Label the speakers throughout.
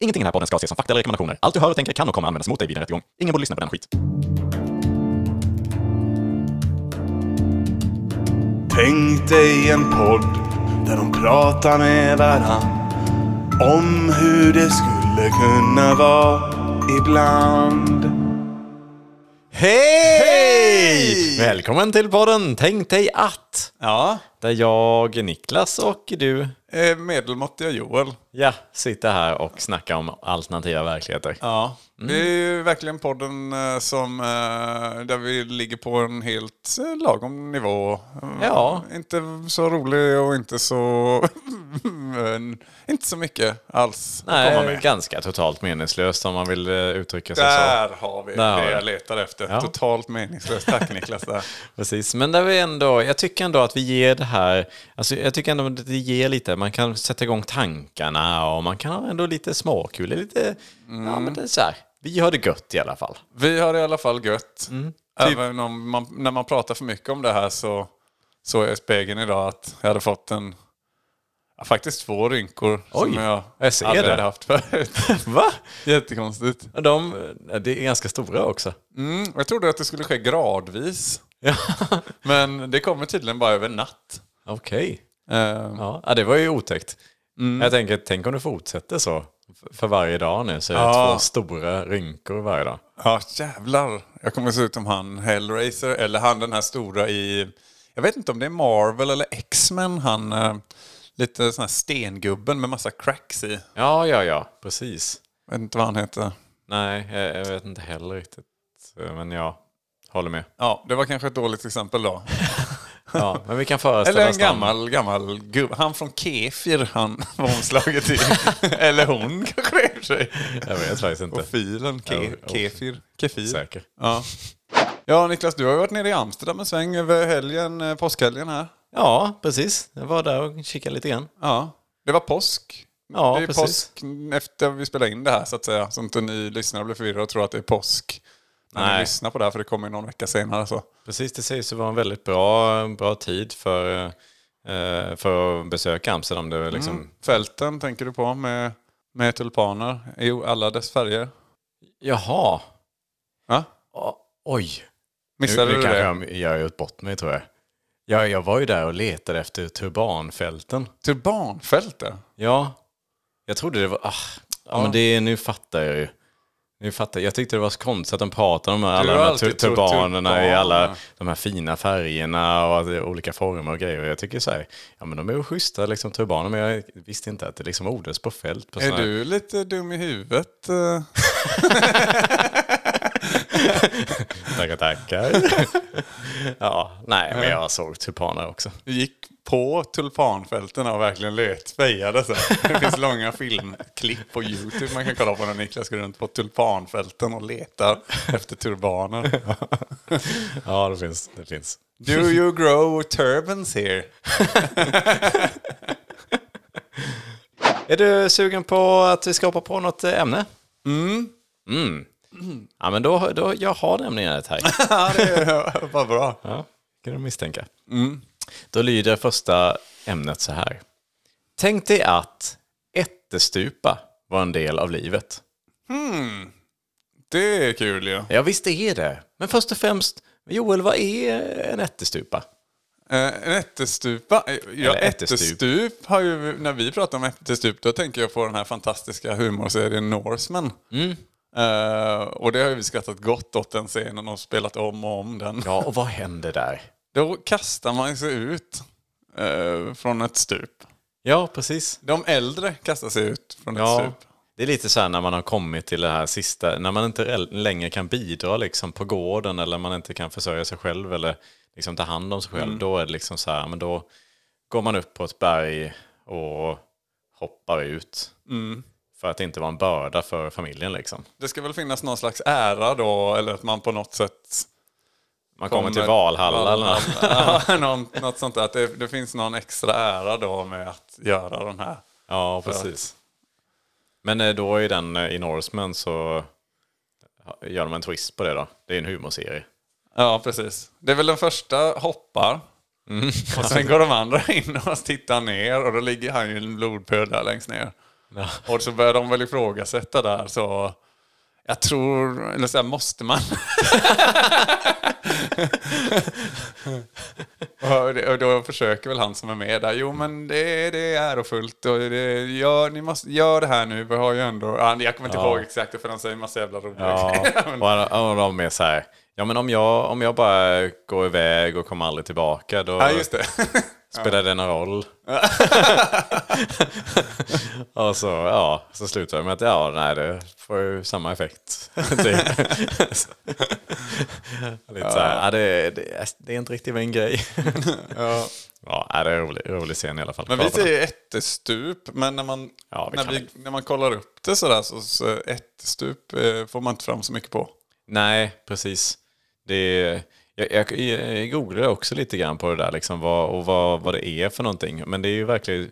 Speaker 1: Ingenting i den här podden ska ses som fakta eller rekommendationer. Allt du hör och tänker kan och kommer användas mot dig vid en rättegång. Ingen borde lyssna på den skit.
Speaker 2: Tänk dig en podd där de pratar med varann om hur det skulle kunna vara ibland.
Speaker 1: Hej! Välkommen till podden Tänk dig att!
Speaker 3: Ja,
Speaker 1: Där jag, Niklas och du,
Speaker 3: eh, medelmåttiga Joel.
Speaker 1: ja, sitter här och snackar om alternativa verkligheter.
Speaker 3: Ja. Mm. Det är ju verkligen podden eh, som, eh, där vi ligger på en helt eh, lagom nivå. Mm,
Speaker 1: Ja.
Speaker 3: Inte så rolig och inte så... men inte så mycket alls att komma
Speaker 1: Nej,
Speaker 3: med.
Speaker 1: ganska totalt meningslöst om man vill eh, uttrycka sig så.
Speaker 3: Där har vi
Speaker 1: Där har
Speaker 3: det
Speaker 1: vi.
Speaker 3: jag letar efter.
Speaker 1: Ja.
Speaker 3: Totalt meningslöst. Tack Niklas. Där.
Speaker 1: Precis, men där vi ändå, jag tycker ändå att vi ger det här, alltså jag tycker ändå att det ger lite, man kan sätta igång tankarna och man kan ha ändå lite småkul, det är lite,
Speaker 3: Mm.
Speaker 1: ja men det är så här, vi har det gött i alla fall.
Speaker 3: Vi har det i alla fall gött. Mm. Typ- Även om man, när man pratar för mycket om det här så såg jag i spegeln idag att jag hade fått en ja, faktiskt två rynkor
Speaker 1: Oj,
Speaker 3: som jag,
Speaker 1: jag ser
Speaker 3: aldrig
Speaker 1: det.
Speaker 3: hade haft förut.
Speaker 1: Va?
Speaker 3: Jättekonstigt.
Speaker 1: De, det är ganska stora också.
Speaker 3: Mm, jag trodde att det skulle ske gradvis.
Speaker 1: Ja,
Speaker 3: Men det kommer tydligen bara över natt.
Speaker 1: okej.
Speaker 3: Eh,
Speaker 1: Ja, ja, det var ju otäckt.
Speaker 3: Mm.
Speaker 1: Jag tänker, tänk om du fortsätter så, f- för varje dag nu så är det
Speaker 3: Ja.
Speaker 1: två stora rynkor varje dag.
Speaker 3: Ja, jävlar. Jag kommer se ut som han Hellraiser eller han den här stora i... Jag vet inte om det är Marvel eller X-Men. Han eh, lite sån här stengubben med massa cracks i.
Speaker 1: Ja, ja, ja, precis.
Speaker 3: Jag vet inte vad han heter.
Speaker 1: Nej, jag, jag vet inte heller riktigt, men jag håller med.
Speaker 3: Ja, det var kanske ett dåligt exempel då.
Speaker 1: Ja, men vi kan föreställa
Speaker 3: Eller en
Speaker 1: oss dem.
Speaker 3: gammal, gammal gubbe. Han från Kefir, han var omslaget i. Eller hon kanske det är i och för sig.
Speaker 1: Jag vet faktiskt inte.
Speaker 3: Och filen, ke,
Speaker 1: Ja, och-
Speaker 3: Kefir. Kefir.
Speaker 1: Säker.
Speaker 3: Ja. ja, Niklas, du har ju varit nere i Amsterdam en sväng över helgen, eh, påskhelgen här.
Speaker 1: Ja, precis. Jag var där och kikade lite grann.
Speaker 3: Ja, det var påsk.
Speaker 1: Ja,
Speaker 3: det är ju
Speaker 1: precis.
Speaker 3: påsk efter vi spelar in det här så att säga. Så inte ni lyssnare blir förvirrade och tror att det är påsk. När
Speaker 1: Nej.
Speaker 3: ni lyssnar på det här, för det kommer ju någon vecka senare. Så.
Speaker 1: Precis, det sägs ju vara en väldigt bra, bra tid för, eh, för att besöka Amsterdam. Det var liksom,
Speaker 3: Mm. Fälten tänker du på med, med tulpaner i alla dess färger.
Speaker 1: Jaha,
Speaker 3: Ja?
Speaker 1: O- oj.
Speaker 3: Missade
Speaker 1: nu,
Speaker 3: du
Speaker 1: nu kanske
Speaker 3: det?
Speaker 1: jag, jag har gjort bort mig tror jag. jag. Jag var ju där och letade efter turbanfälten.
Speaker 3: Turbanfälte?
Speaker 1: Ja, jag trodde det var... Ah, ja, men det, nu fattar jag ju. Nu fattar jag. jag tyckte det var så konstigt att de pratade om alla
Speaker 3: har
Speaker 1: de här
Speaker 3: alltid
Speaker 1: tur-
Speaker 3: trott
Speaker 1: turbanerna i
Speaker 3: turbaner.
Speaker 1: alla de här fina färgerna och att det är olika former och grejer. Jag tycker så här, ja men de är ju schyssta liksom turbaner men jag visste inte att det liksom odlas på fält. På
Speaker 3: Är
Speaker 1: såna här-
Speaker 3: du lite dum i huvudet? eh?
Speaker 1: Tackar, tackar. ja, nej men jag såg turbaner också.
Speaker 3: Du gick på tulpanfälten och verkligen löt fejade. Så. här. Det finns långa filmklipp på YouTube man kan kolla på när Niklas går runt på tulpanfälten och letar efter turbaner.
Speaker 1: Ja, det finns. Det finns.
Speaker 3: Do you grow turbans here?
Speaker 1: Är du sugen på att vi ska hoppa på något eh, ämne? Mm. Ja, men då, då, jag har nämligen ett här.
Speaker 3: Ja, det är- vad bra.
Speaker 1: Ja, kan du misstänka. Då lyder första ämnet så här. Tänk dig att ättestupa var en del av livet.
Speaker 3: Det är kul ju. Ja.
Speaker 1: Ja, visst är det. Men först och främst, Joel, vad är en ättestupa?
Speaker 3: Eh, En ättestupa. eh, Ja,
Speaker 1: Eller ättestup.
Speaker 3: ättestup har ju, när vi pratar om ättestup, då tänker jag på den här fantastiska humorserien Norseman.
Speaker 1: Mm.
Speaker 3: Eh, och det har ju vi skrattat gott åt den scenen och spelat om och om den.
Speaker 1: Ja, och vad händer där?
Speaker 3: Då kastar man sig ut eh, från ett stup.
Speaker 1: Ja, precis.
Speaker 3: De äldre kastar sig ut från ett
Speaker 1: Ja.
Speaker 3: stup.
Speaker 1: typ. Det är lite så här när man har kommit till det här sista, när man inte el- längre kan bidra liksom på gården eller man inte kan försörja sig själv eller liksom ta hand om sig själv. Då är det liksom så här, men då går man upp på ett berg och hoppar ut. För att inte vara en börda för familjen liksom.
Speaker 3: Det ska väl finnas någon slags ära då, eller att man på något sätt...
Speaker 1: Man kommer, till Valhalla eller något.
Speaker 3: Ja, någon, något sånt där. Att det, det finns någon extra ära då med att göra den här.
Speaker 1: Ja, precis. Men eh, då är den eh, i Norseman så gör de en twist på det då. Det är en humorserie.
Speaker 3: Ja, precis. Det är väl den första hoppar. Mm. Och sen går de andra in och tittar ner och då ligger han ju i en blodpöl där längst ner. Och så börjar de väl ifrågasätta där. Så jag tror, eller så här, måste man? och det- och då försöker väl han som är med där. Jo men det, det är ärofullt och det, ja, ni måste, gör det här nu. Vi har ju ändå, ja, jag kommer inte ihåg exakt för han säger en massa jävla roliga
Speaker 1: Ja,
Speaker 3: grejer. Men-
Speaker 1: och han- och de är så här, ja men om jag, om jag bara går iväg och kommer aldrig tillbaka då
Speaker 3: Ja just det.
Speaker 1: spelar det någon roll. och så, ja, så slutar det med att ja, nej det får ju samma effekt. Typ. Lite så här, ja, det, det, det är inte riktigt min grej.
Speaker 3: ja.
Speaker 1: ja, nej, det är en rolig, rolig scen i alla fall.
Speaker 3: Men vi
Speaker 1: Kolla på den.
Speaker 3: säger ättestup, men när man,
Speaker 1: Ja, det
Speaker 3: när
Speaker 1: kan
Speaker 3: vi, när man kollar upp det sådär så, så ättestup eh, får man inte fram så mycket på.
Speaker 1: Nej, precis. Det, jag, jag, jag googlade också lite grann på det där liksom, vad, och vad, vad det är för någonting. Men det är ju verkligen,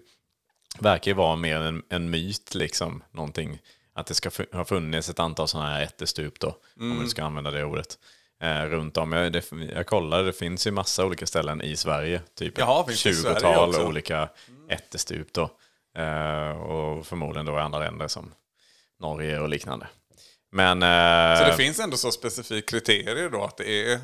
Speaker 1: verkar ju vara mer en, en myt, liksom, någonting. Att det ska fu- ha funnits ett antal sådana här ättestup då, om
Speaker 3: Mm.
Speaker 1: man ska använda det ordet. Eh, runt om. Jag, det, jag kollade, det finns ju massa olika ställen i Sverige. Typ
Speaker 3: Jaha,
Speaker 1: ett
Speaker 3: finns det i Sverige också? Mm.
Speaker 1: olika ättestup då. Eh, och förmodligen då i andra länder som Norge och liknande. Men... eh,
Speaker 3: Så det finns ändå så specifika kriterier då att det är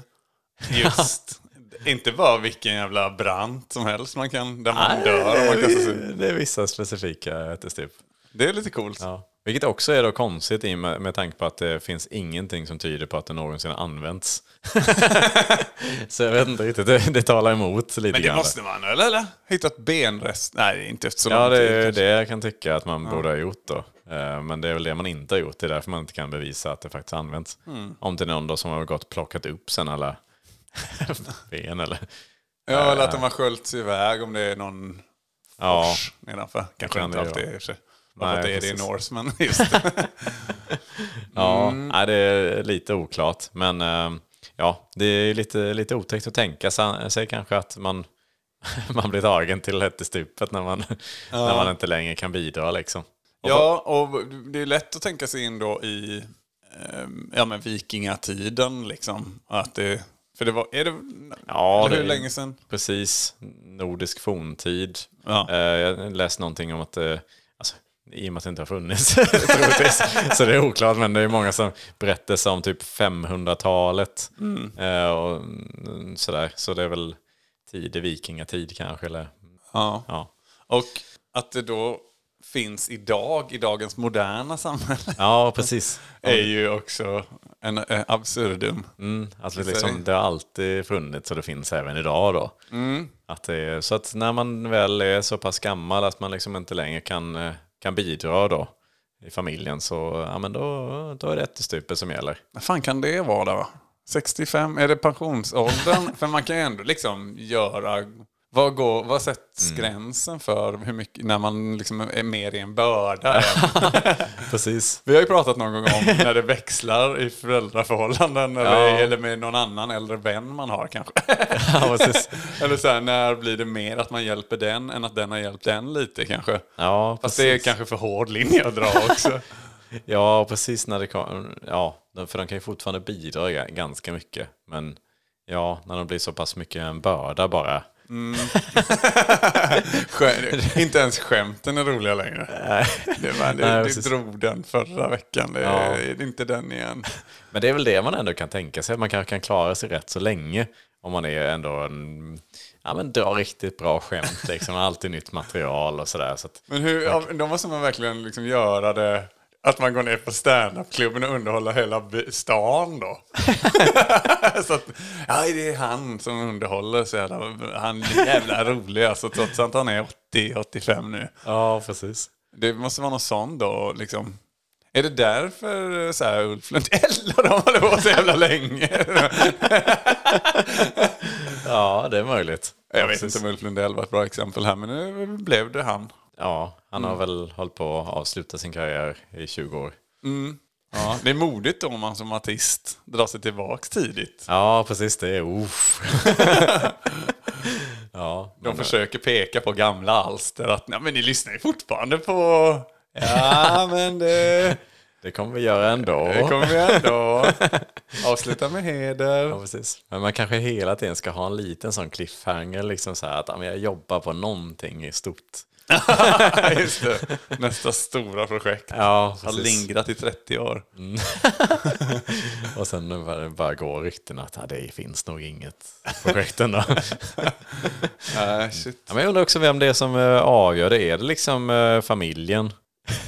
Speaker 3: just, inte bara vilken jävla brant som helst man kan, där man dör. Och man kastas
Speaker 1: det,
Speaker 3: ut.
Speaker 1: är vissa specifika ättestup.
Speaker 3: Det är lite coolt.
Speaker 1: Ja. Vilket också är då konstigt i och med, med tanke på att det finns ingenting som tyder på att det någonsin har använts. så jag vet inte riktigt, det, det talar emot lite
Speaker 3: Men det
Speaker 1: grann.
Speaker 3: måste man väl eller? Hittat benrest? Nej, inte efter så
Speaker 1: Ja,
Speaker 3: lång
Speaker 1: det
Speaker 3: tid.
Speaker 1: är ju
Speaker 3: kanske.
Speaker 1: det jag kan tycka att man borde ha gjort då. Eh, Men det är väl det man inte har gjort, det är därför man inte kan bevisa att det faktiskt har använts.
Speaker 3: Mm.
Speaker 1: Om det är någon då som har gått och plockat upp sen alla ben eller...
Speaker 3: Ja, eller att de har sköljts iväg om det är någon
Speaker 1: Ja,
Speaker 3: fors nedanför. Kanske
Speaker 1: kan
Speaker 3: inte
Speaker 1: det
Speaker 3: alltid
Speaker 1: vara.
Speaker 3: är i och för sig.
Speaker 1: Nej,
Speaker 3: Varför det är det i
Speaker 1: precis.
Speaker 3: Norse, men just det.
Speaker 1: Ja,
Speaker 3: Mm.
Speaker 1: nej, det är lite oklart. Men eh, ja, det är lite, lite otäckt att tänka sa- sig kanske att man, man blir tagen till ättestupet när man, när man inte längre kan bidra. Liksom. Och
Speaker 3: Ja,
Speaker 1: Alltså-
Speaker 3: och det är lätt att tänka sig in då i ehm, ja, men vikingatiden. Liksom. Att det, för det var... Är det,
Speaker 1: Ja,
Speaker 3: eller
Speaker 1: det
Speaker 3: hur
Speaker 1: är-
Speaker 3: länge sedan?
Speaker 1: Precis, nordisk forntid.
Speaker 3: Ja.
Speaker 1: Eh, jag läste någonting om att, eh, alltså, i och med att det inte har funnits, troligtvis, så det är oklart, men det är många som berättelser om typ 500-talet. Eh, och, mm, sådär. Så det är väl tidig vikingatid kanske, eller
Speaker 3: Ja.
Speaker 1: ja.
Speaker 3: Och att det då finns idag, i dagens moderna samhälle,
Speaker 1: Ja, precis.
Speaker 3: är ju också en eh, absurdum.
Speaker 1: Mm, att det,
Speaker 3: Säg.
Speaker 1: liksom, det har alltid funnits och det finns även idag. Då.
Speaker 3: Mm.
Speaker 1: Att det är, så att när man väl är så pass gammal att man liksom inte längre kan, eh, kan bidra då i familjen så ja, men då, då är det ättestupet som gäller.
Speaker 3: Vad fan kan det vara då? 65, är det pensionsåldern? för man kan ju ändå liksom göra... Vad, går, vad sätts
Speaker 1: Mm.
Speaker 3: gränsen för hur mycket, när man liksom är mer i en börda? än-
Speaker 1: Precis.
Speaker 3: Vi har ju pratat någon gång om när det växlar i föräldraförhållanden eller,
Speaker 1: Ja.
Speaker 3: eller med någon annan äldre vän man har kanske.
Speaker 1: Ja, precis.
Speaker 3: eller så här, när blir det mer att man hjälper den än att den har hjälpt den lite kanske?
Speaker 1: Ja,
Speaker 3: Fast
Speaker 1: precis.
Speaker 3: det är kanske för hård linje att dra också.
Speaker 1: ja, precis när det kom, ja, för de kan ju fortfarande bidra ga- ganska mycket. Men ja, när de blir så pass mycket en börda bara.
Speaker 3: Skö- inte ens skämten är roliga längre. Det, var, det,
Speaker 1: Nej,
Speaker 3: det
Speaker 1: precis.
Speaker 3: drog den förra veckan, det
Speaker 1: Ja.
Speaker 3: är inte den igen.
Speaker 1: Men det är väl det man ändå kan tänka sig, att man kanske kan klara sig rätt så länge om man är ändå en, ja men drar riktigt bra skämt liksom, och alltid nytt material och sådär. Så att,
Speaker 3: Men hur, ja, då måste man verkligen liksom göra det, att man går ner på standup-klubben och underhåller hela by- stan då. så att, aj, det är han som underhåller så jävla, han är jävla rolig alltså, trots att han är 80-85 nu.
Speaker 1: ja, precis.
Speaker 3: Det måste vara något sånt då, liksom. Är det därför eh, så här, Ulf Lundell och de håller på så jävla länge?
Speaker 1: Ja, det är möjligt.
Speaker 3: Jag vet inte om Ulf Lundell var ett bra exempel här, men nu blev det han.
Speaker 1: Ja, han har väl hållit på att avsluta sin karriär i 20 år.
Speaker 3: Ja, det är modigt då om man som artist drar sig tillbaks tidigt.
Speaker 1: Ja, precis det. är- Uff. ja,
Speaker 3: De försöker peka på gamla alster att Nej, men ni lyssnar ju fortfarande på... Ja, men det,
Speaker 1: det kommer vi göra ändå.
Speaker 3: det kommer vi ändå. Avsluta med
Speaker 1: Ja,
Speaker 3: heder.
Speaker 1: precis. Men man kanske hela tiden ska ha en liten sån cliffhanger, liksom så här att ja, men jag jobbar på någonting i stort.
Speaker 3: Just det. Nästa stora projekt.
Speaker 1: Ja,
Speaker 3: Har lingrat i 30 år.
Speaker 1: Och sen nu bara, bara går ryktena att ah, det finns nog inget projekt ändå.
Speaker 3: Nej, shit.
Speaker 1: ja, men jag undrar också vem det är som eh, avgör det. Är det liksom eh, familjen?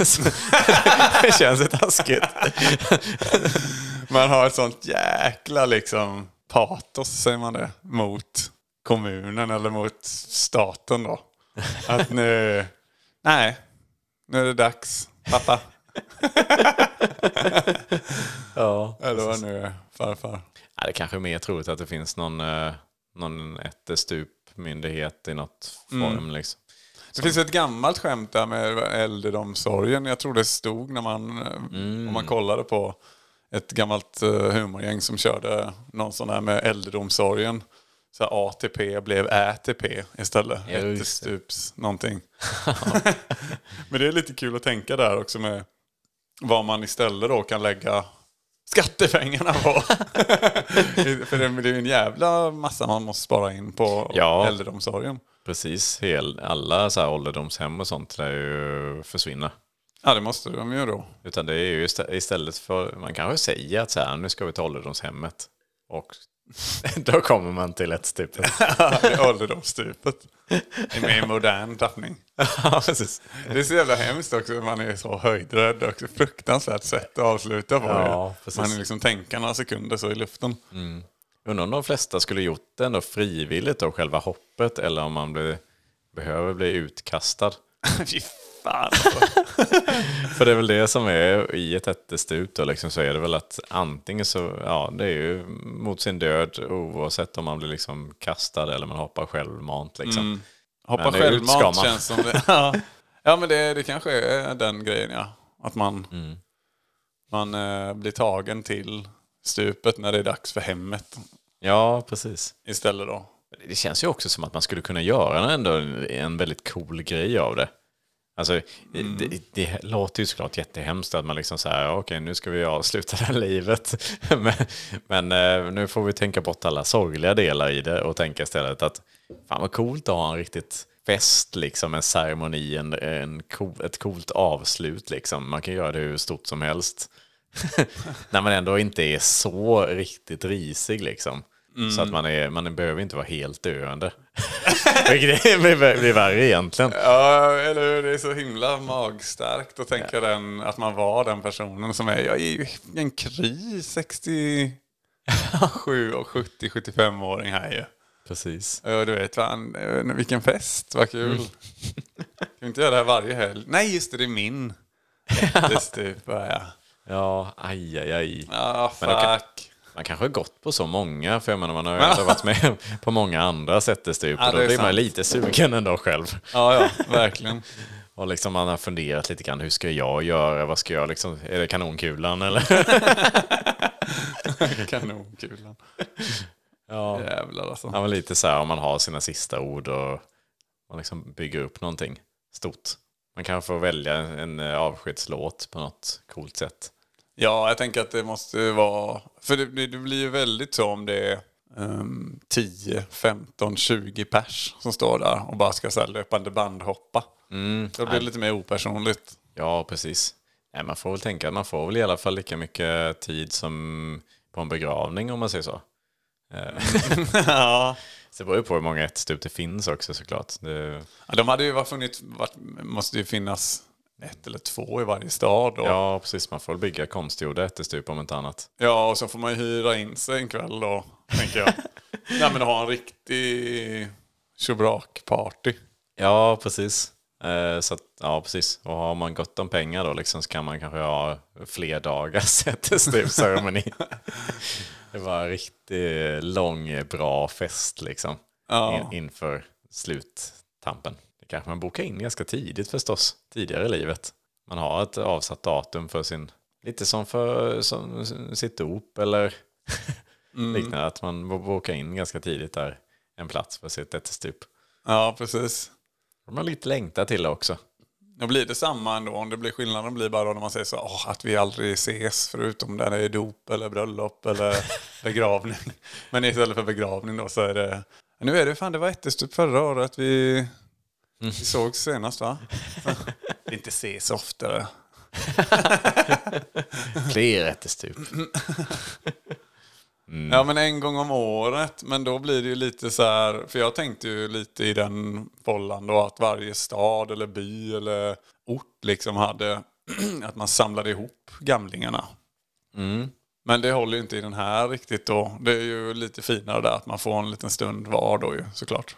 Speaker 1: det känns ju taskigt.
Speaker 3: Man har ett sånt jäkla liksom patos, säger man det, mot kommunen eller mot staten då. Att nu, nej, nu är det dags, pappa.
Speaker 1: Ja.
Speaker 3: Eller vad nu är, farfar.
Speaker 1: Ja, det kanske är mer troligt att det finns någon, eh, någon ättestupmyndighet i något form. Liksom.
Speaker 3: Det finns ett gammalt skämt där med äldreomsorgen. Jag tror det stod när man,
Speaker 1: Mm.
Speaker 3: om man kollade på ett gammalt eh, humorgäng som körde någon sån här med äldreomsorgen. Så här ATP blev ÄTP istället.
Speaker 1: Ja, just det.
Speaker 3: Ett stups någonting. Men det är lite kul att tänka där också med vad man istället då kan lägga skattepengarna på. För det det är ju en jävla massa man måste spara in på
Speaker 1: Ja.
Speaker 3: äldreomsorgen.
Speaker 1: Precis, hel, alla så här ålderdomshem och sånt lär ju försvinna.
Speaker 3: Ja, det måste de ju då.
Speaker 1: Utan det är ju istä- istället för, man kanske säger att så här, nu ska vi till ålderdomshemmet. Och då kommer man till ett typ- stup.
Speaker 3: Det är ålderdomsstupet. Det är mer modern tappning.
Speaker 1: ja, precis.
Speaker 3: Det är så jävla hemskt också. Man är så höjdrädd. Också. Fruktansvärt sätt att avsluta på.
Speaker 1: Ja,
Speaker 3: det.
Speaker 1: precis.
Speaker 3: man liksom tänker några sekunder så i luften.
Speaker 1: Undrar om de flesta skulle gjort det ändå frivilligt av själva hoppet eller om man blir, behöver bli utkastad.
Speaker 3: Fy fan. alltså.
Speaker 1: För det är väl det som är i ett ättestup då liksom, så är det väl att antingen så, ja det är ju mot sin död oavsett om man blir liksom kastad eller man hoppar självmant liksom.
Speaker 3: Hoppa
Speaker 1: Men det är
Speaker 3: självmant
Speaker 1: utskammad.
Speaker 3: känns som det. Ja, ja men det, det kanske är den grejen ja. Att man,
Speaker 1: Mm.
Speaker 3: man eh, blir tagen till stupet när det är dags för hemmet
Speaker 1: Ja, precis.
Speaker 3: istället då.
Speaker 1: Det känns ju också som att man skulle kunna göra ändå en väldigt cool grej av det. Alltså, det, det låter ju såklart jättehemskt att man liksom så här, okej nu ska vi avsluta det här livet. men, men eh, nu får vi tänka bort alla sorgliga delar i det och tänka istället att fan vad coolt att ha en riktigt fest, liksom en ceremoni, en, en cool, ett coolt avslut liksom. Man kan göra det hur stort som helst. När man ändå inte är så riktigt risig liksom. Så att man, är, man behöver inte vara helt döende. Vilket är- blir blir värre egentligen.
Speaker 3: Ja, eller hur? Det är så himla magstarkt att tänka den, att man var den personen som är. Jag är ju en kry 67 och 70-75-åring här ju.
Speaker 1: Precis.
Speaker 3: Ja, du vet, fan, eh, vilken fest, vad kul.
Speaker 1: Mm.
Speaker 3: Ska vi inte göra det här varje helg? Nej, just det, det är min. Just det, ja.
Speaker 1: Ja, aj, aj, aj.
Speaker 3: Ja,
Speaker 1: Men då kan-
Speaker 3: fuck.
Speaker 1: Man kanske har gått på så många, för jag menar, man har ju ändå varit med på många andra sättestup.
Speaker 3: Ja,
Speaker 1: och då
Speaker 3: det är
Speaker 1: blir man
Speaker 3: sant.
Speaker 1: lite sugen ändå själv.
Speaker 3: Ja, ja, verkligen.
Speaker 1: Och liksom man har funderat lite grann, hur ska jag göra? Vad ska jag liksom, är det kanonkulan eller?
Speaker 3: Kanonkulan.
Speaker 1: Ja.
Speaker 3: Jävlar alltså.
Speaker 1: ja men lite så här, om man har sina sista ord och man liksom bygger upp någonting stort. Man kanske får välja en eh, avskedslåt på något coolt sätt.
Speaker 3: Ja, jag tänker att det måste vara... För det, blir- det blir ju väldigt så om det är ehm, 10, 15, 20 pers som står där och bara ska så här löpande bandhoppa. Då blir det lite mer opersonligt.
Speaker 1: Ja, precis. Nej, man får väl tänka att man får väl i alla fall lika mycket tid som på en begravning om man säger så. Eh,
Speaker 3: ja.
Speaker 1: Så det beror ju på hur många ättestup det finns också såklart. Det,
Speaker 3: De hade ju varit funnit, varit, måste ju finnas ett eller två i varje stad. Då.
Speaker 1: ja, precis. Man får väl bygga konstgjorda ättestup om inte annat.
Speaker 3: ja, och så får man ju hyra in sig en kväll då, tänker jag. Nej, men ha en riktig tjobrak-party.
Speaker 1: Ja, precis. Eh, så att, ja, precis. Och har man gott om pengar då liksom, så kan man kanske ha fler dagars ättestup-ceremoni. det var en riktigt lång, bra fest liksom.
Speaker 3: Ja.
Speaker 1: In, inför sluttampen. Det kanske man bokar in ganska tidigt förstås, tidigare i livet. Man har ett avsatt datum för sin, lite som för som, sitt dop eller liknande, att man bo- bokar in ganska tidigt där en plats för sitt ättestup.
Speaker 3: Ja, precis.
Speaker 1: De har lite längtat till det också.
Speaker 3: Då blir det samma ändå. Om det blir skillnaden blir bara då när man säger så "Åh, att vi aldrig ses förutom när det är dop eller bröllop eller begravning. Men istället för begravning då så är det nu är det fan det var ättestup förra året. Vi, Vi såg senast va? Mm. inte ses oftare.
Speaker 1: Fler ättestup.
Speaker 3: Ja men en gång om året. Men då blir det ju lite så här. För jag tänkte ju lite i den bollan då. Att varje stad eller by eller ort liksom hade. att man samlade ihop gamlingarna.
Speaker 1: Mm.
Speaker 3: Men det håller ju inte i den här riktigt då. Det är ju lite finare där. Att man får en liten stund var då ju såklart.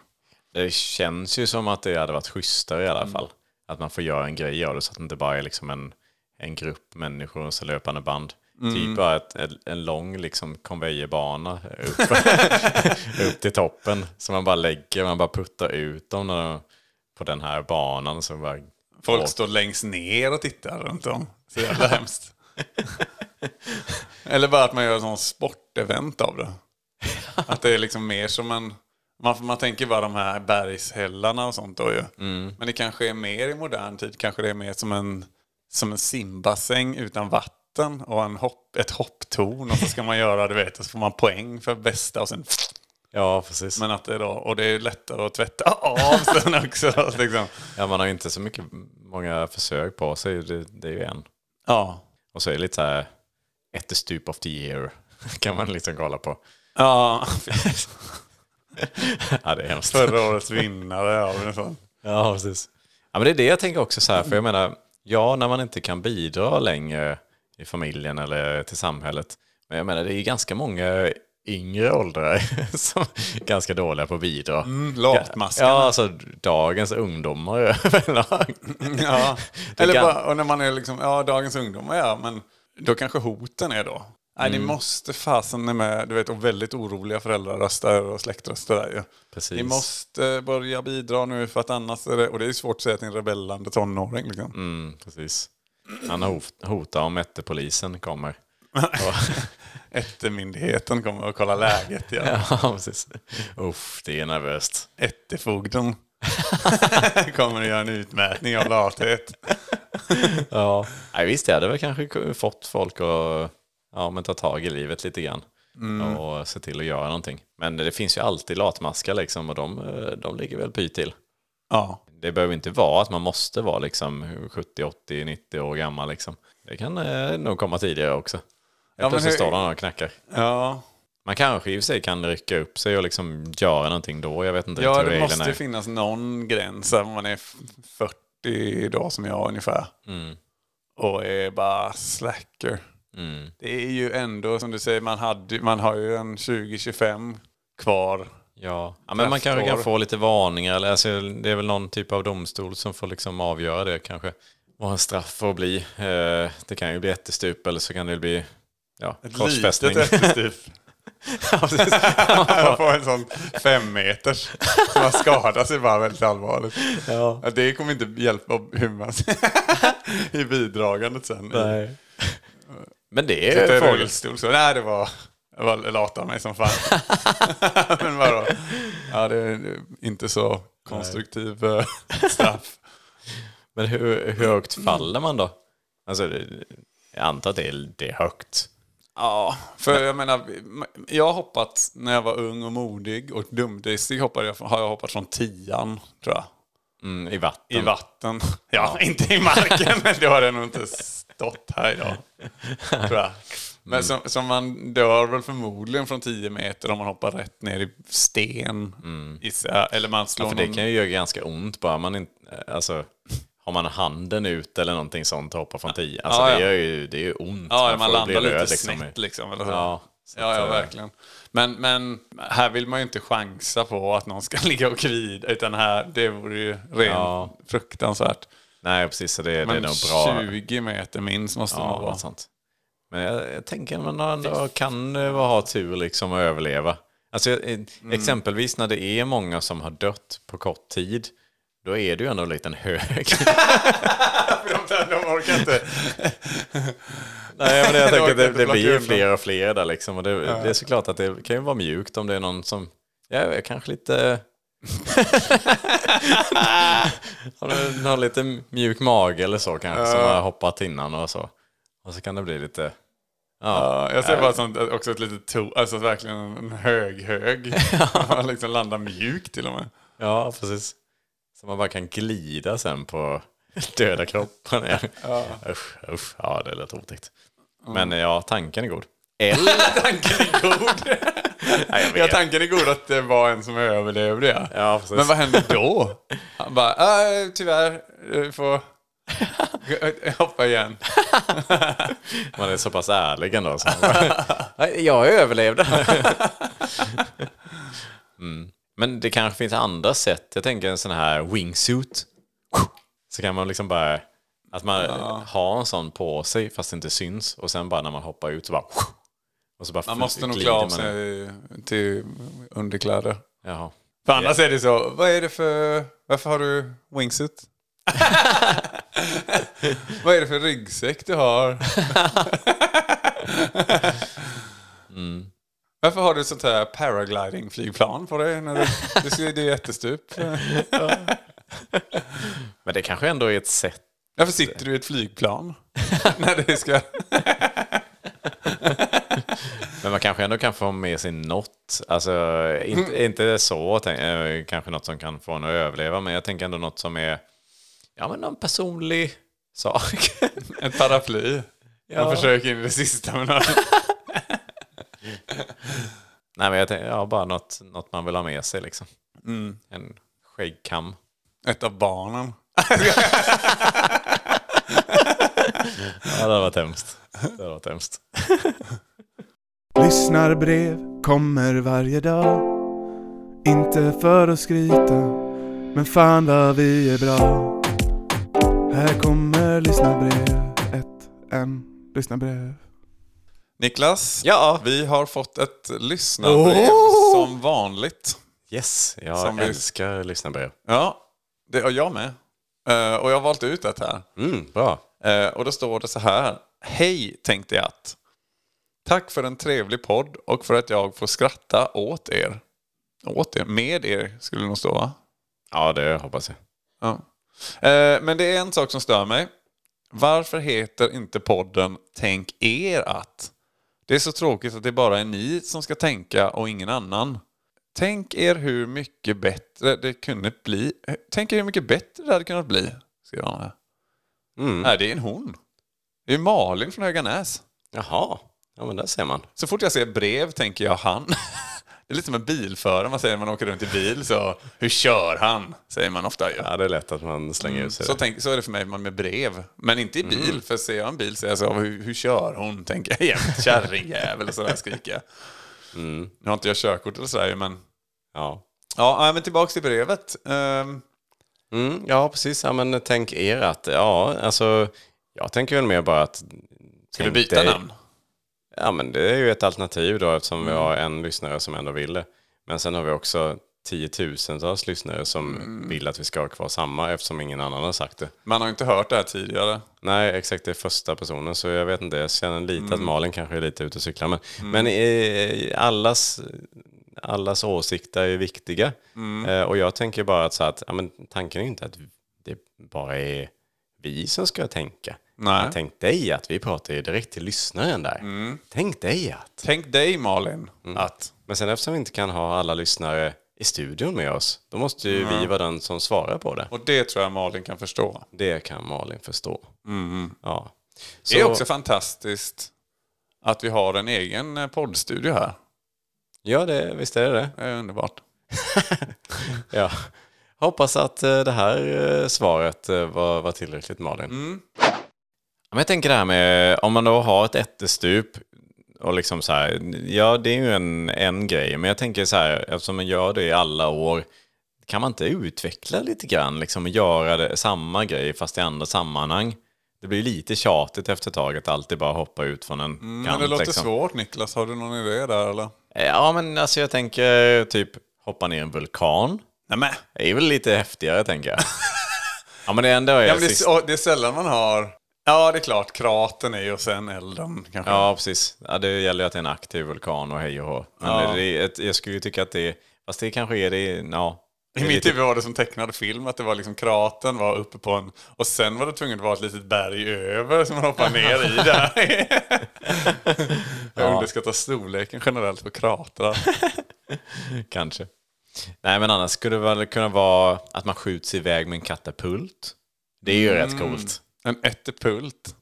Speaker 1: Det känns ju som att det hade varit schysstare i alla fall. Att man får göra en grej av det så att det inte bara är liksom en, en grupp människor och så löpande band.
Speaker 3: Mm.
Speaker 1: Typ bara ett, en, en lång liksom konvejerbana upp, upp till toppen. Som man bara lägger, man bara puttar ut dem när de, på den här banan. Så bara,
Speaker 3: Folk
Speaker 1: Och-
Speaker 3: står längst ner och tittar runt om. Så jävla hemskt. Eller bara att man gör ett sånt sportevent av det. Att det är liksom mer som en... Man, man tänker bara de här bergshällarna och sånt då ju. Men det kanske är mer i modern tid. Kanske det är mer som en, som en simbassäng utan vatten och en hopp, ett hopptorn. Och så ska man göra, du vet, och så får man poäng för bästa och sen...
Speaker 1: ja, precis.
Speaker 3: Men att det är då, och det är lättare att tvätta av sen också. Liksom.
Speaker 1: Ja, man har ju inte så mycket, många försök på sig. Det, det är ju en.
Speaker 3: Ja.
Speaker 1: Och så är det lite så här, ättestup of the year. Kan man liksom kolla på.
Speaker 3: Ja,
Speaker 1: Ja, det är hemskt.
Speaker 3: Förra årets vinnare av en sån.
Speaker 1: Ja, precis. Ja, men det är det jag tänker också så här, för jag menar, ja, när man inte kan bidra längre i familjen eller till samhället, men jag menar, det är ju ganska många yngre åldrar som är ganska dåliga på att bidra.
Speaker 3: Latmaskarna.
Speaker 1: Ja, alltså dagens ungdomar överlag.
Speaker 3: Ja.
Speaker 1: Det
Speaker 3: Eller
Speaker 1: kan-
Speaker 3: bara, och när man är liksom, ja dagens ungdomar ja, men då kanske hoten är då. Nej,
Speaker 1: Mm.
Speaker 3: ni måste fasen är med, du vet, och väldigt oroliga föräldraröster och släktröster där ju.
Speaker 1: Precis.
Speaker 3: Ni måste börja bidra nu för att annars är det, och det är ju svårt att säga till en rebellande tonåring liksom.
Speaker 1: Mm, precis. Han har hot- hotat om ättepolisen kommer.
Speaker 3: Ättemyndigheten kommer och kollar läget igen.
Speaker 1: Ja, precis. Uff, det är nervöst.
Speaker 3: Ättefogden kommer att göra en utmätning av lathet.
Speaker 1: Ja. Nej, visst, det hade väl kanske ku- fått folk att ja, men ta tag i livet lite grann.
Speaker 3: Mm.
Speaker 1: Och se till att göra någonting. Men det finns ju alltid latmaskar liksom och de, eh, de ligger väl py till.
Speaker 3: Ja.
Speaker 1: Det behöver inte vara att man måste vara liksom 70, 80, 90 år gammal liksom. Det kan eh, nog komma tidigare också.
Speaker 3: men
Speaker 1: Ja, Plötsligt
Speaker 3: hur-
Speaker 1: står de och knackar.
Speaker 3: Ja,
Speaker 1: Man kanske i och för sig kan rycka upp sig och liksom göra någonting då. Jag vet inte
Speaker 3: Ja,
Speaker 1: riktigt hur
Speaker 3: det
Speaker 1: reglerna
Speaker 3: måste
Speaker 1: är.
Speaker 3: finnas någon gräns. Även om man är f- 40 då som jag ungefär. Och är bara slacker.
Speaker 1: Mm.
Speaker 3: Det är ju ändå som du säger, man, hade, man har ju en 20-25 kvar.
Speaker 1: Ja, ja men man kanske
Speaker 3: Straffår.
Speaker 1: kan få lite varningar. Eller, alltså, det är väl någon typ av domstol som får liksom avgöra det kanske. Vad en straff får bli. Eh, det kan ju bli ättestup eller så kan det bli ja, korsfästning.
Speaker 3: Litet efterstift.
Speaker 1: Ja, precis.
Speaker 3: Man får en sån fem meters. Man skadar sig bara väldigt allvarligt.
Speaker 1: ja.
Speaker 3: Ja, Det kommer inte hjälpa hur man i bidragandet sen.
Speaker 1: Nej. Men det
Speaker 3: Jag
Speaker 1: är
Speaker 3: sitter i
Speaker 1: frågan.
Speaker 3: rullstol så, nej det var, jag var lat av mig som fan. Men vadå? Ja det är inte så konstruktiv eh, straff.
Speaker 1: Men hur, hur högt faller man då? Alltså, det- jag antar att det är, det är högt.
Speaker 3: Ja, för jag menar, jag har hoppat när jag var ung och modig och dumdristig hoppade jag, har jag hoppat från tian tror jag.
Speaker 1: Mm, I vatten.
Speaker 3: I vatten. Ja, inte i marken. men Då hade jag nog inte stått här idag. Tror jag. Men
Speaker 1: Mm.
Speaker 3: som, som man dör väl förmodligen från 10 meter om man hoppar rätt ner i sten. gissar jag. Eller man slår
Speaker 1: Mm. Ja, för det
Speaker 3: någon...
Speaker 1: kan ju göra ganska ont bara man inte... Alltså, har man handen ut eller någonting sånt och hoppar från tio. Alltså
Speaker 3: Ja, ja.
Speaker 1: det gör ju det är ju ont.
Speaker 3: Ja, man,
Speaker 1: får ju bli
Speaker 3: landar lite
Speaker 1: röd,
Speaker 3: snett liksom. Eller så.
Speaker 1: Ja, så
Speaker 3: ja,
Speaker 1: att,
Speaker 3: ja,
Speaker 1: eh,
Speaker 3: verkligen. Men, men här vill man ju inte chansa på att någon ska ligga och kvida. Utan här, det vore ju rent
Speaker 1: Ja.
Speaker 3: fruktansvärt.
Speaker 1: Nej, precis. Så det, det är
Speaker 3: Men
Speaker 1: nog bra.
Speaker 3: 20 meter minst måste
Speaker 1: ja,
Speaker 3: man vara.
Speaker 1: något sånt. Men jag, jag tänker att man ändå kan eh, ha tur liksom och överleva. Alltså, eh,
Speaker 3: Mm.
Speaker 1: Exempelvis när det är många som har dött på kort tid, då är det ju ändå en liten hög.
Speaker 3: De, de orkar inte.
Speaker 1: Nej, men jag tänker att
Speaker 3: orkar
Speaker 1: det,
Speaker 3: inte
Speaker 1: det
Speaker 3: plocka
Speaker 1: blir ju
Speaker 3: undan.
Speaker 1: fler och fler där liksom. Och det, det är såklart att det kan ju vara mjukt om det är någon som, ja, jag är kanske lite... har, du, har lite mjuk mage eller så kanske, som har hoppat innan och så. Och så kan det bli lite...
Speaker 3: Ja, jag ser bara sånt, eh, också ett litet to, alltså verkligen en hög hög. Man liksom landar mjukt till och med.
Speaker 1: Ja, precis. Så man bara kan glida sen på döda kroppen. ja. Usch, usch, ja det lät otäckt. Men ja, tanken är god. Eller?
Speaker 3: Tanken är god.
Speaker 1: Nej, jag
Speaker 3: ja,
Speaker 1: vet.
Speaker 3: tanken är god att det var en som överlevde ja.
Speaker 1: Ja, precis.
Speaker 3: Men vad hände då? Han bara, "Ah, tyvärr, du får hoppa igen.
Speaker 1: Man är så pass ärlig ändå. Så man bara, "Nej, jag överlevde. mm. Men det kanske finns andra sätt. Jag tänker en sån här wingsuit. Så kan man liksom bara... Att man har en sån på sig fast det inte syns. Och sen bara när man hoppar ut så bara... Och så bara
Speaker 3: Man måste nog
Speaker 1: glider
Speaker 3: klä av
Speaker 1: man ut.
Speaker 3: sig till underkläder.
Speaker 1: Jaha.
Speaker 3: För annars är det så, vad är det för, varför har du wingsuit? vad är det för ryggsäck du har?
Speaker 1: Mm.
Speaker 3: Varför har du sånt här paragliding-flygplan på dig? När du, du ser, det är jättestup.
Speaker 1: Men det kanske ändå är ett sätt.
Speaker 3: Varför sitter du i ett flygplan? när du ska...
Speaker 1: Men man kanske ändå kan få med sig något. Alltså
Speaker 3: Mm.
Speaker 1: inte, inte så, tänk, eh, kanske något som kan få en att överleva. Men jag tänker ändå något som är ja, men någon personlig sak.
Speaker 3: Ett paraply. Man försöker in i det sista. Men
Speaker 1: Nej men jag tänker, ja, bara något, något man vill ha med sig liksom. En skäggkam.
Speaker 3: Mm. ett av barnen.
Speaker 1: Ja det hade varit hemskt. Det hade varit hemskt.
Speaker 2: Lyssnarbrev kommer varje dag. Inte för att skryta, men fan vad vi är bra. Här kommer lyssnarbrev, ett, en, lyssnarbrev.
Speaker 3: Niklas,
Speaker 1: Ja.
Speaker 3: vi har fått ett lyssnarbrev
Speaker 1: Oh!
Speaker 3: som vanligt.
Speaker 1: Yes, jag
Speaker 3: Som vi-
Speaker 1: älskar lyssnarbrev.
Speaker 3: Ja, det har jag med. Eh, och jag har valt ut ett här.
Speaker 1: Mm, bra.
Speaker 3: Eh, och då står det så här. Hej tänkte jag att. Tack för en trevlig podd och för att jag får skratta åt er. Åt er? Med er skulle det nog stå va?
Speaker 1: Ja det hoppas jag.
Speaker 3: Ja. Eh, men det är en sak som stör mig. Varför heter inte podden Tänk er att? Det är så tråkigt att det bara är ni som ska tänka och ingen annan. Tänk er hur mycket bättre det kunde bli. Tänk er hur mycket bättre det hade kunnat bli. Skriver han här.
Speaker 1: Mm.
Speaker 3: Nej, det är en hon. Det är Malin från Höganäs.
Speaker 1: Jaha, ja men där ser man.
Speaker 3: Så fort jag ser brev tänker jag han. Det är lite som en bilförare man säger när man åker runt i bil. Så, hur kör han? Säger man ofta ju.
Speaker 1: Ja det är lätt att man slänger ut sig.
Speaker 3: Mm. Så,
Speaker 1: det.
Speaker 3: tänk, så är det för mig med brev. Men inte i
Speaker 1: Mm.
Speaker 3: bil, för ser jag en bil så är jag så, hur, hur kör hon? Tänker jag jämt, kärringjävel och sådär skriker jag.
Speaker 1: Mm.
Speaker 3: Nu har inte jag körkort eller sådär ju, men...
Speaker 1: Ja.
Speaker 3: Ja, nej, men tillbaks till brevet. Ehm,
Speaker 1: Mm, ja, precis. Ja, men tänk er att, ja, alltså, jag tänker väl mer bara att...
Speaker 3: ska vi
Speaker 1: tänk
Speaker 3: byta
Speaker 1: dig-
Speaker 3: namn? Mm.
Speaker 1: Ja, men det är ju ett alternativ då eftersom vi har en lyssnare som ändå vill det. Men sen har vi också tiotusentals lyssnare som
Speaker 3: Mm.
Speaker 1: vill att vi ska ha kvar samma eftersom ingen annan har sagt det.
Speaker 3: Man har ju inte hört det här tidigare.
Speaker 1: Nej, exakt. Det är första personen, så jag vet inte. Jag känner lite att
Speaker 3: Mm.
Speaker 1: Malin kanske är lite ute och cyklar. Men, men eh, allas, allas åsikter är viktiga.
Speaker 3: Mm.
Speaker 1: Eh, och jag tänker bara att, så att ja, men, tanken är ju inte att det bara är vi som ska tänka.
Speaker 3: Nej.
Speaker 1: Men tänk dig att vi pratar ju direkt till lyssnaren där.
Speaker 3: Mm.
Speaker 1: Tänk dig att.
Speaker 3: Tänk dig Malin,
Speaker 1: Mm.
Speaker 3: att...
Speaker 1: Men sen eftersom vi inte kan ha alla lyssnare i studion med oss, då måste ju vi vara den som svarar på det.
Speaker 3: Och det tror jag Malin kan förstå. Mm.
Speaker 1: Det kan Malin förstå. Ja.
Speaker 3: Det är
Speaker 1: Så-
Speaker 3: också fantastiskt att vi har en egen eh, poddstudio här.
Speaker 1: Ja, det, visst är det det.
Speaker 3: Det är underbart.
Speaker 1: Ja. Hoppas att eh, det här eh, svaret eh, var, var tillräckligt Malin.
Speaker 3: Mm.
Speaker 1: Ja, Mm. Men jag tänker det här med om man då har ett ättestup och liksom så här, ja det är ju en, en grej, men jag tänker så här, eftersom man gör det i alla år, kan man inte utveckla lite grann, liksom och göra det, samma grej fast i andra sammanhang? Det blir lite tjatigt efter ett tag att alltid bara hoppa ut från en kant.
Speaker 3: Men det låter
Speaker 1: liksom.
Speaker 3: svårt Niklas, har du någon idé där eller?
Speaker 1: Ja, men alltså jag tänker typ hoppa ner i en vulkan.
Speaker 3: Nej, men.
Speaker 1: Det är väl lite häftigare tänker jag. ja men det ändå är
Speaker 3: Ja, men det,
Speaker 1: sist.
Speaker 3: är, och det är sällan man har... Ja, det är klart. Kratern är ju och sen elden kanske.
Speaker 1: Ja precis. Ja, det gäller ju att det är en aktiv vulkan och hej och hå. Men
Speaker 3: Ja.
Speaker 1: det är ett, jag skulle ju tycka att det är... Fast det kanske är det... Ja. Det
Speaker 3: I
Speaker 1: är
Speaker 3: mitt
Speaker 1: lite-
Speaker 3: huvud var det som tecknad film, att det var liksom kratern var uppe på en... Och sen var det tvunget att vara ett litet berg över som man hoppar ner i där. Jag underskattar storleken generellt på kratrar.
Speaker 1: typ. Kanske. Nej men annars skulle det väl kunna vara att man skjuts iväg med en katapult. Det är ju rätt coolt.
Speaker 3: En ättepult.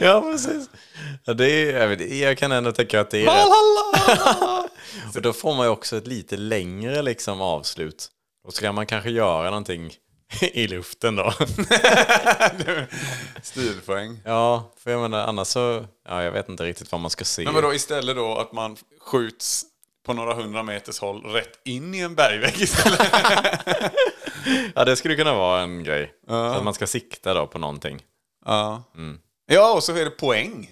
Speaker 1: Ja precis. Ja, det är, jag, vet, jag kan ändå tänka att det är rätt. För då får man ju också ett lite längre liksom avslut. Då ska man kanske göra någonting i luften då.
Speaker 3: Stilpoäng.
Speaker 1: Ja, för jag menar annars så, ja jag vet inte riktigt vad man ska se.
Speaker 3: Men vadå istället då att man skjuts på några hundra meters håll rätt in i en bergvägg istället?
Speaker 1: Ja det skulle kunna vara en grej. Så att man ska sikta då på någonting.
Speaker 3: ja. ja, och så är det poäng.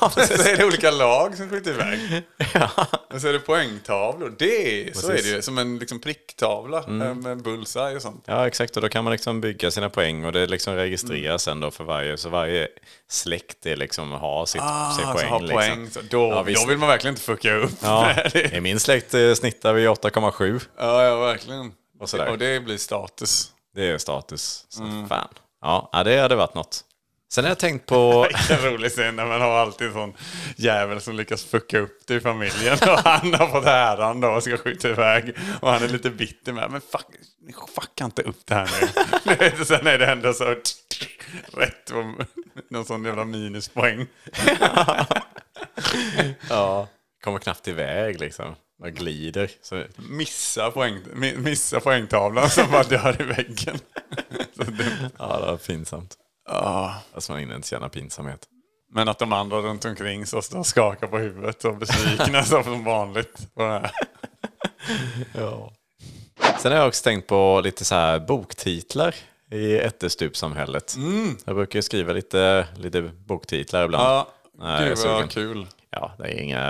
Speaker 1: Ja,
Speaker 3: Så är det olika lag som skjuter iväg.
Speaker 1: ja.
Speaker 3: Och så är det poängtavlor. Det, så
Speaker 1: Precis.
Speaker 3: är
Speaker 1: Mm.
Speaker 3: det ju. Som en liksom, pricktavla eh, med bullseye och sånt.
Speaker 1: ja exakt, och då kan man liksom bygga sina poäng och det liksom registreras sen då för varje, så varje släkt är liksom har sitt, sin
Speaker 3: Ah,
Speaker 1: poäng.
Speaker 3: så har
Speaker 1: liksom.
Speaker 3: poäng. Så då,
Speaker 1: Ja, visst.
Speaker 3: då vill man verkligen inte fucka upp.
Speaker 1: Ja,
Speaker 3: Det-
Speaker 1: i min släkt eh, snittar vi 8,7.
Speaker 3: ja, ja, verkligen. Och,
Speaker 1: sådär.
Speaker 3: det blir status.
Speaker 1: Det är status. Så
Speaker 3: Mm.
Speaker 1: fan. Ja, ja, det hade varit något. Sen har jag tänkt på...
Speaker 3: Vilken rolig scen när man har alltid en sån jävel som lyckas fucka upp det i familjen. Och han har fått äran då och ska skjuta iväg. Och han är lite bitter med. Men fuck, ni fucka inte upp det här nu. Du vet, Sen är det ändå så... Rätt på någon sån jävla minuspoäng.
Speaker 1: ja, kommer knappt iväg liksom. Bara glider. Så,
Speaker 3: Missa, poäng, mi- missa poängtavlan som bara dör i väggen. Så dumt.
Speaker 1: ja, det var pinsamt.
Speaker 3: Ja.
Speaker 1: Fast Alltså, man inte känner pinsamhet.
Speaker 3: Men att de andra runt omkring så står och skakar på huvudet och besvikna som vanligt. På det här.
Speaker 1: Ja. Sen har jag också tänkt på lite så här boktitlar i ättestupsamhället.
Speaker 3: Mm.
Speaker 1: Jag brukar ju skriva lite, lite boktitlar ibland.
Speaker 3: Ja,
Speaker 1: Nej, jag är
Speaker 3: gud
Speaker 1: sugen.
Speaker 3: vad kul.
Speaker 1: Ja, det är, inga,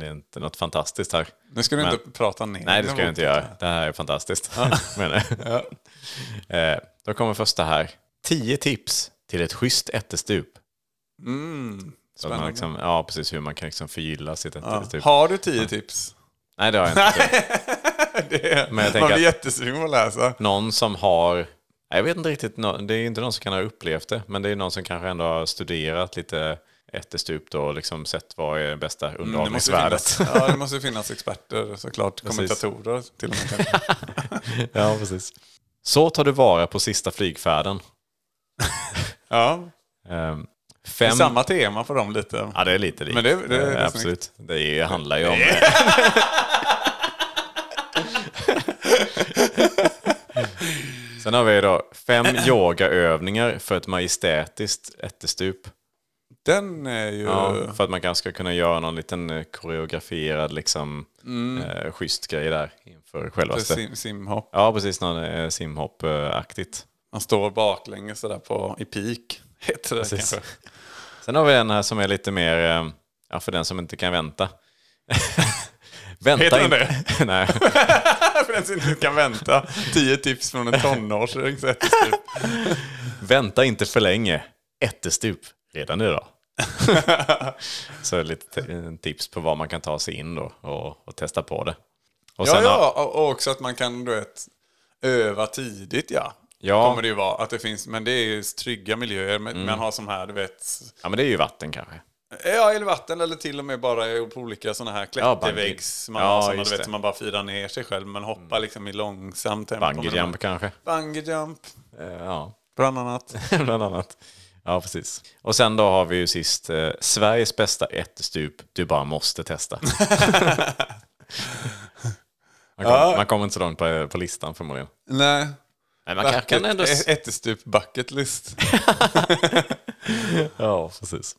Speaker 1: det är inte något fantastiskt här.
Speaker 3: Nu ska du
Speaker 1: Men-
Speaker 3: inte prata ner
Speaker 1: Nej, det
Speaker 3: den
Speaker 1: ska jag inte
Speaker 3: boken.
Speaker 1: göra. Det här är fantastiskt. Men, eh, eh, då kommer första här. 10 tips till ett schysst ättestup.
Speaker 3: Mm,
Speaker 1: Så att man
Speaker 3: spännande.
Speaker 1: liksom, ja, precis hur man kan liksom förgylla sitt
Speaker 3: Ja.
Speaker 1: ättestup.
Speaker 3: Har du tio tips?
Speaker 1: Nej, det har Typ. jag inte.
Speaker 3: Det är,
Speaker 1: Men jag tänker
Speaker 3: man blir
Speaker 1: att-
Speaker 3: jättesugen på att läsa.
Speaker 1: Någon som har, Nej, jag vet inte riktigt, nå- det är ju inte någon som kan ha upplevt det, men det är någon som kanske ändå har studerat lite ättestup då och liksom sett vad är bästa
Speaker 3: Mm, Det måste ju
Speaker 1: underhållningsvärdet.
Speaker 3: finnas- Ja, det måste ju finnas experter såklart. Kommentatorer till och med. kanske.
Speaker 1: ja, precis. Så tar du vara på sista flygfärden.
Speaker 3: Ja,
Speaker 1: Ehm,
Speaker 3: det är
Speaker 1: fem...
Speaker 3: samma tema på dem lite.
Speaker 1: Ja, det är lite likt.
Speaker 3: Men det- det- det är
Speaker 1: Eh, Absolut. Det är- handlar ju om... Sen har vi då fem yogaövningar för ett majestätiskt ättestup.
Speaker 3: Den är ju...
Speaker 1: Ja, för att man kanske ska kunna göra någon liten eh, koreograferad liksom,
Speaker 3: Mm.
Speaker 1: eh, schysst grej där inför självaste.
Speaker 3: Sim, simhopp.
Speaker 1: Ja, precis. Någon eh, simhopp-aktigt.
Speaker 3: Man står baklänges sådär på, i pik. Heter det
Speaker 1: Precis.
Speaker 3: kanske.
Speaker 1: Sen har vi en här som är lite mer, eh, ja, för den som inte kan vänta. vänta
Speaker 3: Heter den
Speaker 1: inte- Nej.
Speaker 3: För den som inte kan vänta. Tio tips från en tonårsring. så heter det typ.
Speaker 1: Vänta inte för länge. Ättestup redan idag. Så lite t- en tips på vad man kan ta sig in då och, och testa på det. Och
Speaker 3: Ja,
Speaker 1: sen har-
Speaker 3: ja, och- och också att man kan du vet, öva tidigt ja.
Speaker 1: Ja. Mm.
Speaker 3: Kommer det ju vara. Att det finns, men det är ju trygga miljöer. Men Man har som här, du vet,
Speaker 1: ja, men det är ju vatten kanske.
Speaker 3: ja, eller vatten eller till och med bara på olika sådana här
Speaker 1: Ja,
Speaker 3: klätterväggs.
Speaker 1: bungee.
Speaker 3: man
Speaker 1: Ja,
Speaker 3: har sådana,
Speaker 1: just
Speaker 3: du vet,
Speaker 1: det. Mm.
Speaker 3: som man bara firar ner sig själv. Men hoppar liksom i långsamt tempo. med
Speaker 1: Bungee
Speaker 3: de här-
Speaker 1: jump kanske.
Speaker 3: Bungee jump,
Speaker 1: Eh, Ja,
Speaker 3: bland annat.
Speaker 1: bland annat. Ja, precis. Och sen då har vi ju sist eh, Sveriges bästa ättestup du bara måste testa. man, kom,
Speaker 3: Ja.
Speaker 1: man kommer inte så långt på, på listan förmodligen.
Speaker 3: Nej.
Speaker 1: Men man kanske kan ändå...
Speaker 3: Bucket- Ättestup bucket list.
Speaker 1: Ja, precis.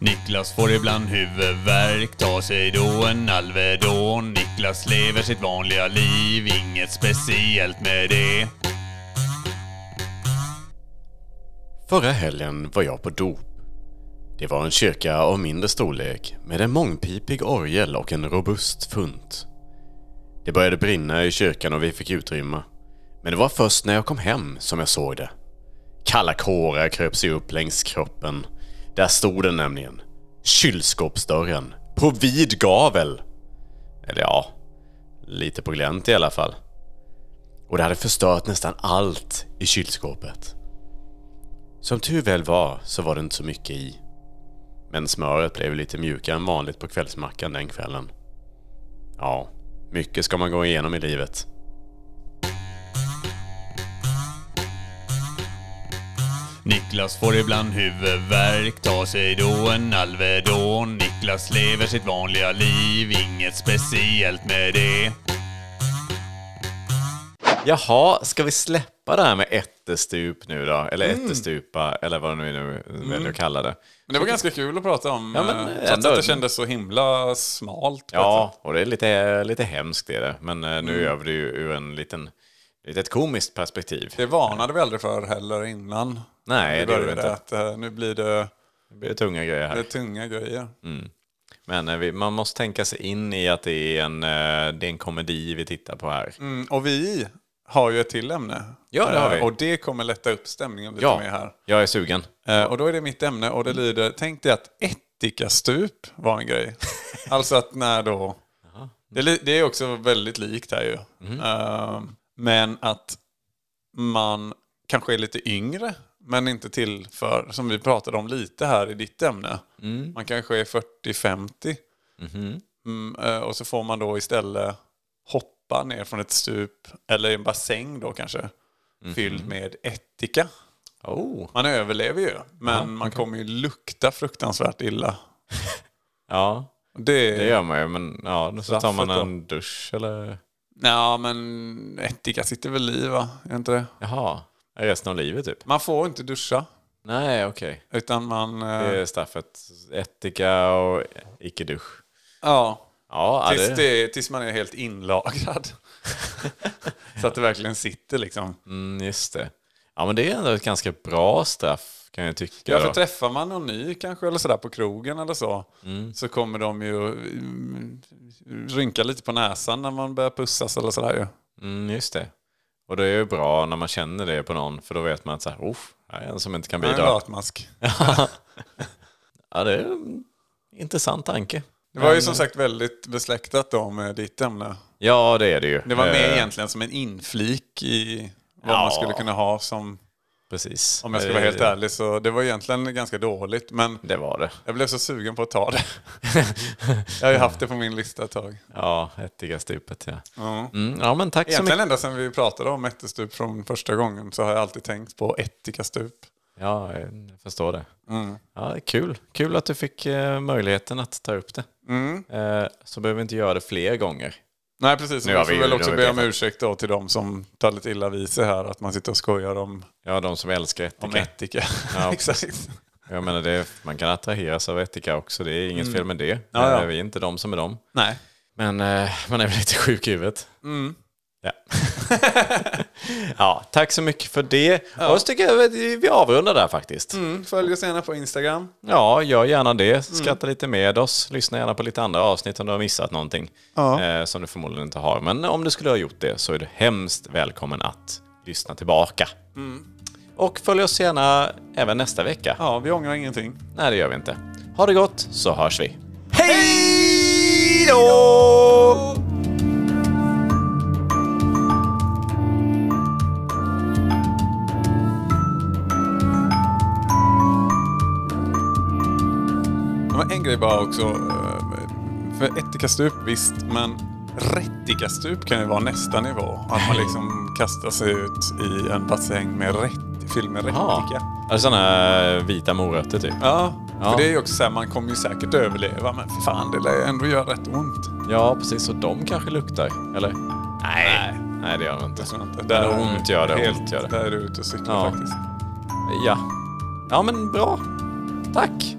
Speaker 4: Niklas får ibland huvudvärk, tar sig då en Alvedon. Niklas lever sitt vanliga liv, inget speciellt med det.
Speaker 5: Förra helgen var jag på dop. Det var en kyrka av mindre storlek med en mångpipig orgel och en robust funt. Det började brinna i kyrkan och vi fick utrymma. Men det var först när jag kom hem som jag såg det. Kalla kårar kröp sig upp längs kroppen. Där stod den nämligen. Kylskåpsdörren. På vid gavel! Eller ja, lite på glänt i alla fall. Och det hade förstört nästan allt i kylskåpet. Som tur väl var så var det inte så mycket i.
Speaker 6: Men smöret blev lite mjukare än vanligt på kvällsmackan den kvällen. Ja, mycket ska man gå igenom i livet.
Speaker 3: Niklas får ibland huvudvärk, tar sig då en Alvedon. Niklas lever sitt vanliga liv, inget speciellt med det.
Speaker 1: Jaha, ska vi släppa det här med ättestup nu då? Eller ättestupa, eller vad det nu, nu väljer att kalla det.
Speaker 7: Men det var ganska kul att prata om.
Speaker 1: Ja, men
Speaker 7: eh,
Speaker 1: ändå-
Speaker 7: trots att det kändes så himla smalt. på ett
Speaker 1: Ja, och det är lite, lite hemskt är det. Men eh, nu gör vi det ju ur en liten, lite ett komiskt perspektiv.
Speaker 7: sätt. Det varnade vi aldrig för heller innan.
Speaker 1: Nej,
Speaker 7: Vi
Speaker 1: det gör vi
Speaker 7: började
Speaker 1: inte.
Speaker 7: att eh, nu blir det,
Speaker 1: Det blir tunga grejer
Speaker 7: det är
Speaker 1: här.
Speaker 7: tunga grejer.
Speaker 1: Mm. Men eh, vi, man måste tänka sig in i att det är en, eh, det är en komedi vi tittar på här.
Speaker 7: Mm, och vi har ju ett till ämne.
Speaker 1: Ja, det har vi.
Speaker 7: Eh, Och det kommer lätta upp stämningen lite
Speaker 1: Ja.
Speaker 7: mer här.
Speaker 1: Jag är sugen.
Speaker 7: Eh, Och då är det mitt ämne och det lyder, tänk dig att ättikastup var en grej. alltså att när då... Det, är li- det är också väldigt likt här ju. Eh, Men att man kanske är lite yngre, men inte tillför, som vi pratade om lite här i ditt ämne.
Speaker 1: Mm.
Speaker 7: Man kanske är 40-50
Speaker 1: Mhm.
Speaker 7: Mm, eh, och så får man då istället hoppa ner från ett stup, eller en bassäng då kanske, fylld med ättika.
Speaker 1: Oh.
Speaker 7: Man överlever ju, men man kommer ju lukta fruktansvärt illa.
Speaker 1: Ja,
Speaker 7: Det,
Speaker 1: det gör man ju. Men ja, så tar man
Speaker 7: Straffet då?
Speaker 1: en dusch eller...
Speaker 7: Ja, men ättika sitter väl i va? Är inte det?
Speaker 1: Jaha, resten av livet typ.
Speaker 7: Man får inte duscha,
Speaker 1: Nej, okej.
Speaker 7: utan man... eh,
Speaker 1: Det är straffet. Etika och icke-dusch.
Speaker 7: Ja,
Speaker 1: Ja, ja,
Speaker 7: tills,
Speaker 1: det,
Speaker 7: det, tills man är helt inlagrad. Så att det verkligen sitter liksom.
Speaker 1: Mm, just det. Ja, men det är ändå ett ganska bra straff kan jag tycka.
Speaker 7: Ja, för
Speaker 1: då.
Speaker 7: träffar man någon ny kanske eller sådär på krogen eller så, så kommer de ju mm, rynka lite på näsan när man börjar pussas eller sådär ju.
Speaker 1: Mm, just det. Och det är ju bra när man känner det på någon, för då vet man att så här, oh, här är en som inte kan
Speaker 7: Det är en
Speaker 1: bidra.
Speaker 7: latmask.
Speaker 1: Ja, det är en intressant tanke.
Speaker 7: Det var ju som sagt väldigt besläktat då med ditt ämne.
Speaker 1: Ja, det är det ju.
Speaker 7: Det var mer
Speaker 1: Eh,
Speaker 7: egentligen som en inflik i vad
Speaker 1: Ja.
Speaker 7: man skulle kunna ha som,
Speaker 1: Precis.
Speaker 7: om jag ska vara
Speaker 1: Eh,
Speaker 7: helt ärlig, så det var egentligen ganska dåligt. Men
Speaker 1: Det var det.
Speaker 7: jag blev så sugen på att ta det. jag har ju haft det på min lista ett tag.
Speaker 1: Ja, ättika stupet ja.
Speaker 7: Ja.
Speaker 1: Mm, ja, men tack så mycket.
Speaker 7: Egentligen ända sedan vi pratade om ättestup från första gången så har jag alltid tänkt på Mm. ättikastup.
Speaker 1: Ja, jag förstår det. Ja, det är kul. Kul att du fick eh, möjligheten att ta upp det.
Speaker 7: Mm.
Speaker 1: Eh, så behöver vi inte göra det fler gånger.
Speaker 7: Nej precis,
Speaker 1: Nu
Speaker 7: nu
Speaker 1: har
Speaker 7: vi får
Speaker 1: vi-
Speaker 7: väl
Speaker 1: nu
Speaker 7: också
Speaker 1: har vi
Speaker 7: be om
Speaker 1: betat.
Speaker 7: ursäkt då till de som tar lite illa vid sig här att man sitter och skojar om,
Speaker 1: Ja, de som älskar ättika.
Speaker 7: om ättika.
Speaker 1: Ja,
Speaker 7: Exakt.
Speaker 1: Jag menar, det, man kan attraheras av ättika också. Det är inget fel med det.
Speaker 7: Mm. Ja, ja.
Speaker 1: Eh, Vi är inte de som är de.
Speaker 7: Nej.
Speaker 1: Men eh, man är väl lite sjuk i huvudet.
Speaker 7: Mm.
Speaker 1: Ja. ja, tack så mycket för det. Och så tycker jag att vi avrundar där faktiskt.
Speaker 7: Mm, följ oss gärna på Instagram.
Speaker 1: Ja, gör gärna det. Skratta lite med oss. Lyssna gärna på lite andra avsnitt om du har missat någonting. Eh, som du förmodligen inte har. Men om du skulle ha gjort det så är du hemskt välkommen att lyssna tillbaka. Och följ oss gärna även nästa vecka.
Speaker 7: Mm. Ja, vi ångrar ingenting.
Speaker 1: Nej, det gör vi inte. Ha det gott, så hörs vi.
Speaker 7: Hej då! Men En grej bara också. eh, För ättikastup, visst, men rättikastup kan ju vara nästa nivå. Att man liksom kastar sig ut i en bassäng med rätt, fylld med rättika.
Speaker 1: Är det sådana vita morötter typ?
Speaker 7: Ja,
Speaker 1: Ja.
Speaker 7: för det är ju också så här, man kommer ju säkert överleva, men för fan, det lär ju ändå göra rätt ont.
Speaker 1: Ja, precis. Och de kanske luktar, eller? Nej. Nej, det gör de inte.
Speaker 7: Jag tror inte.
Speaker 1: Där
Speaker 7: är du
Speaker 1: ont gör det,
Speaker 7: helt,
Speaker 1: ont gör det.
Speaker 7: Där är du ute och cyklar
Speaker 1: Ja.
Speaker 7: faktiskt.
Speaker 1: Ja. Ja, men bra. Tack.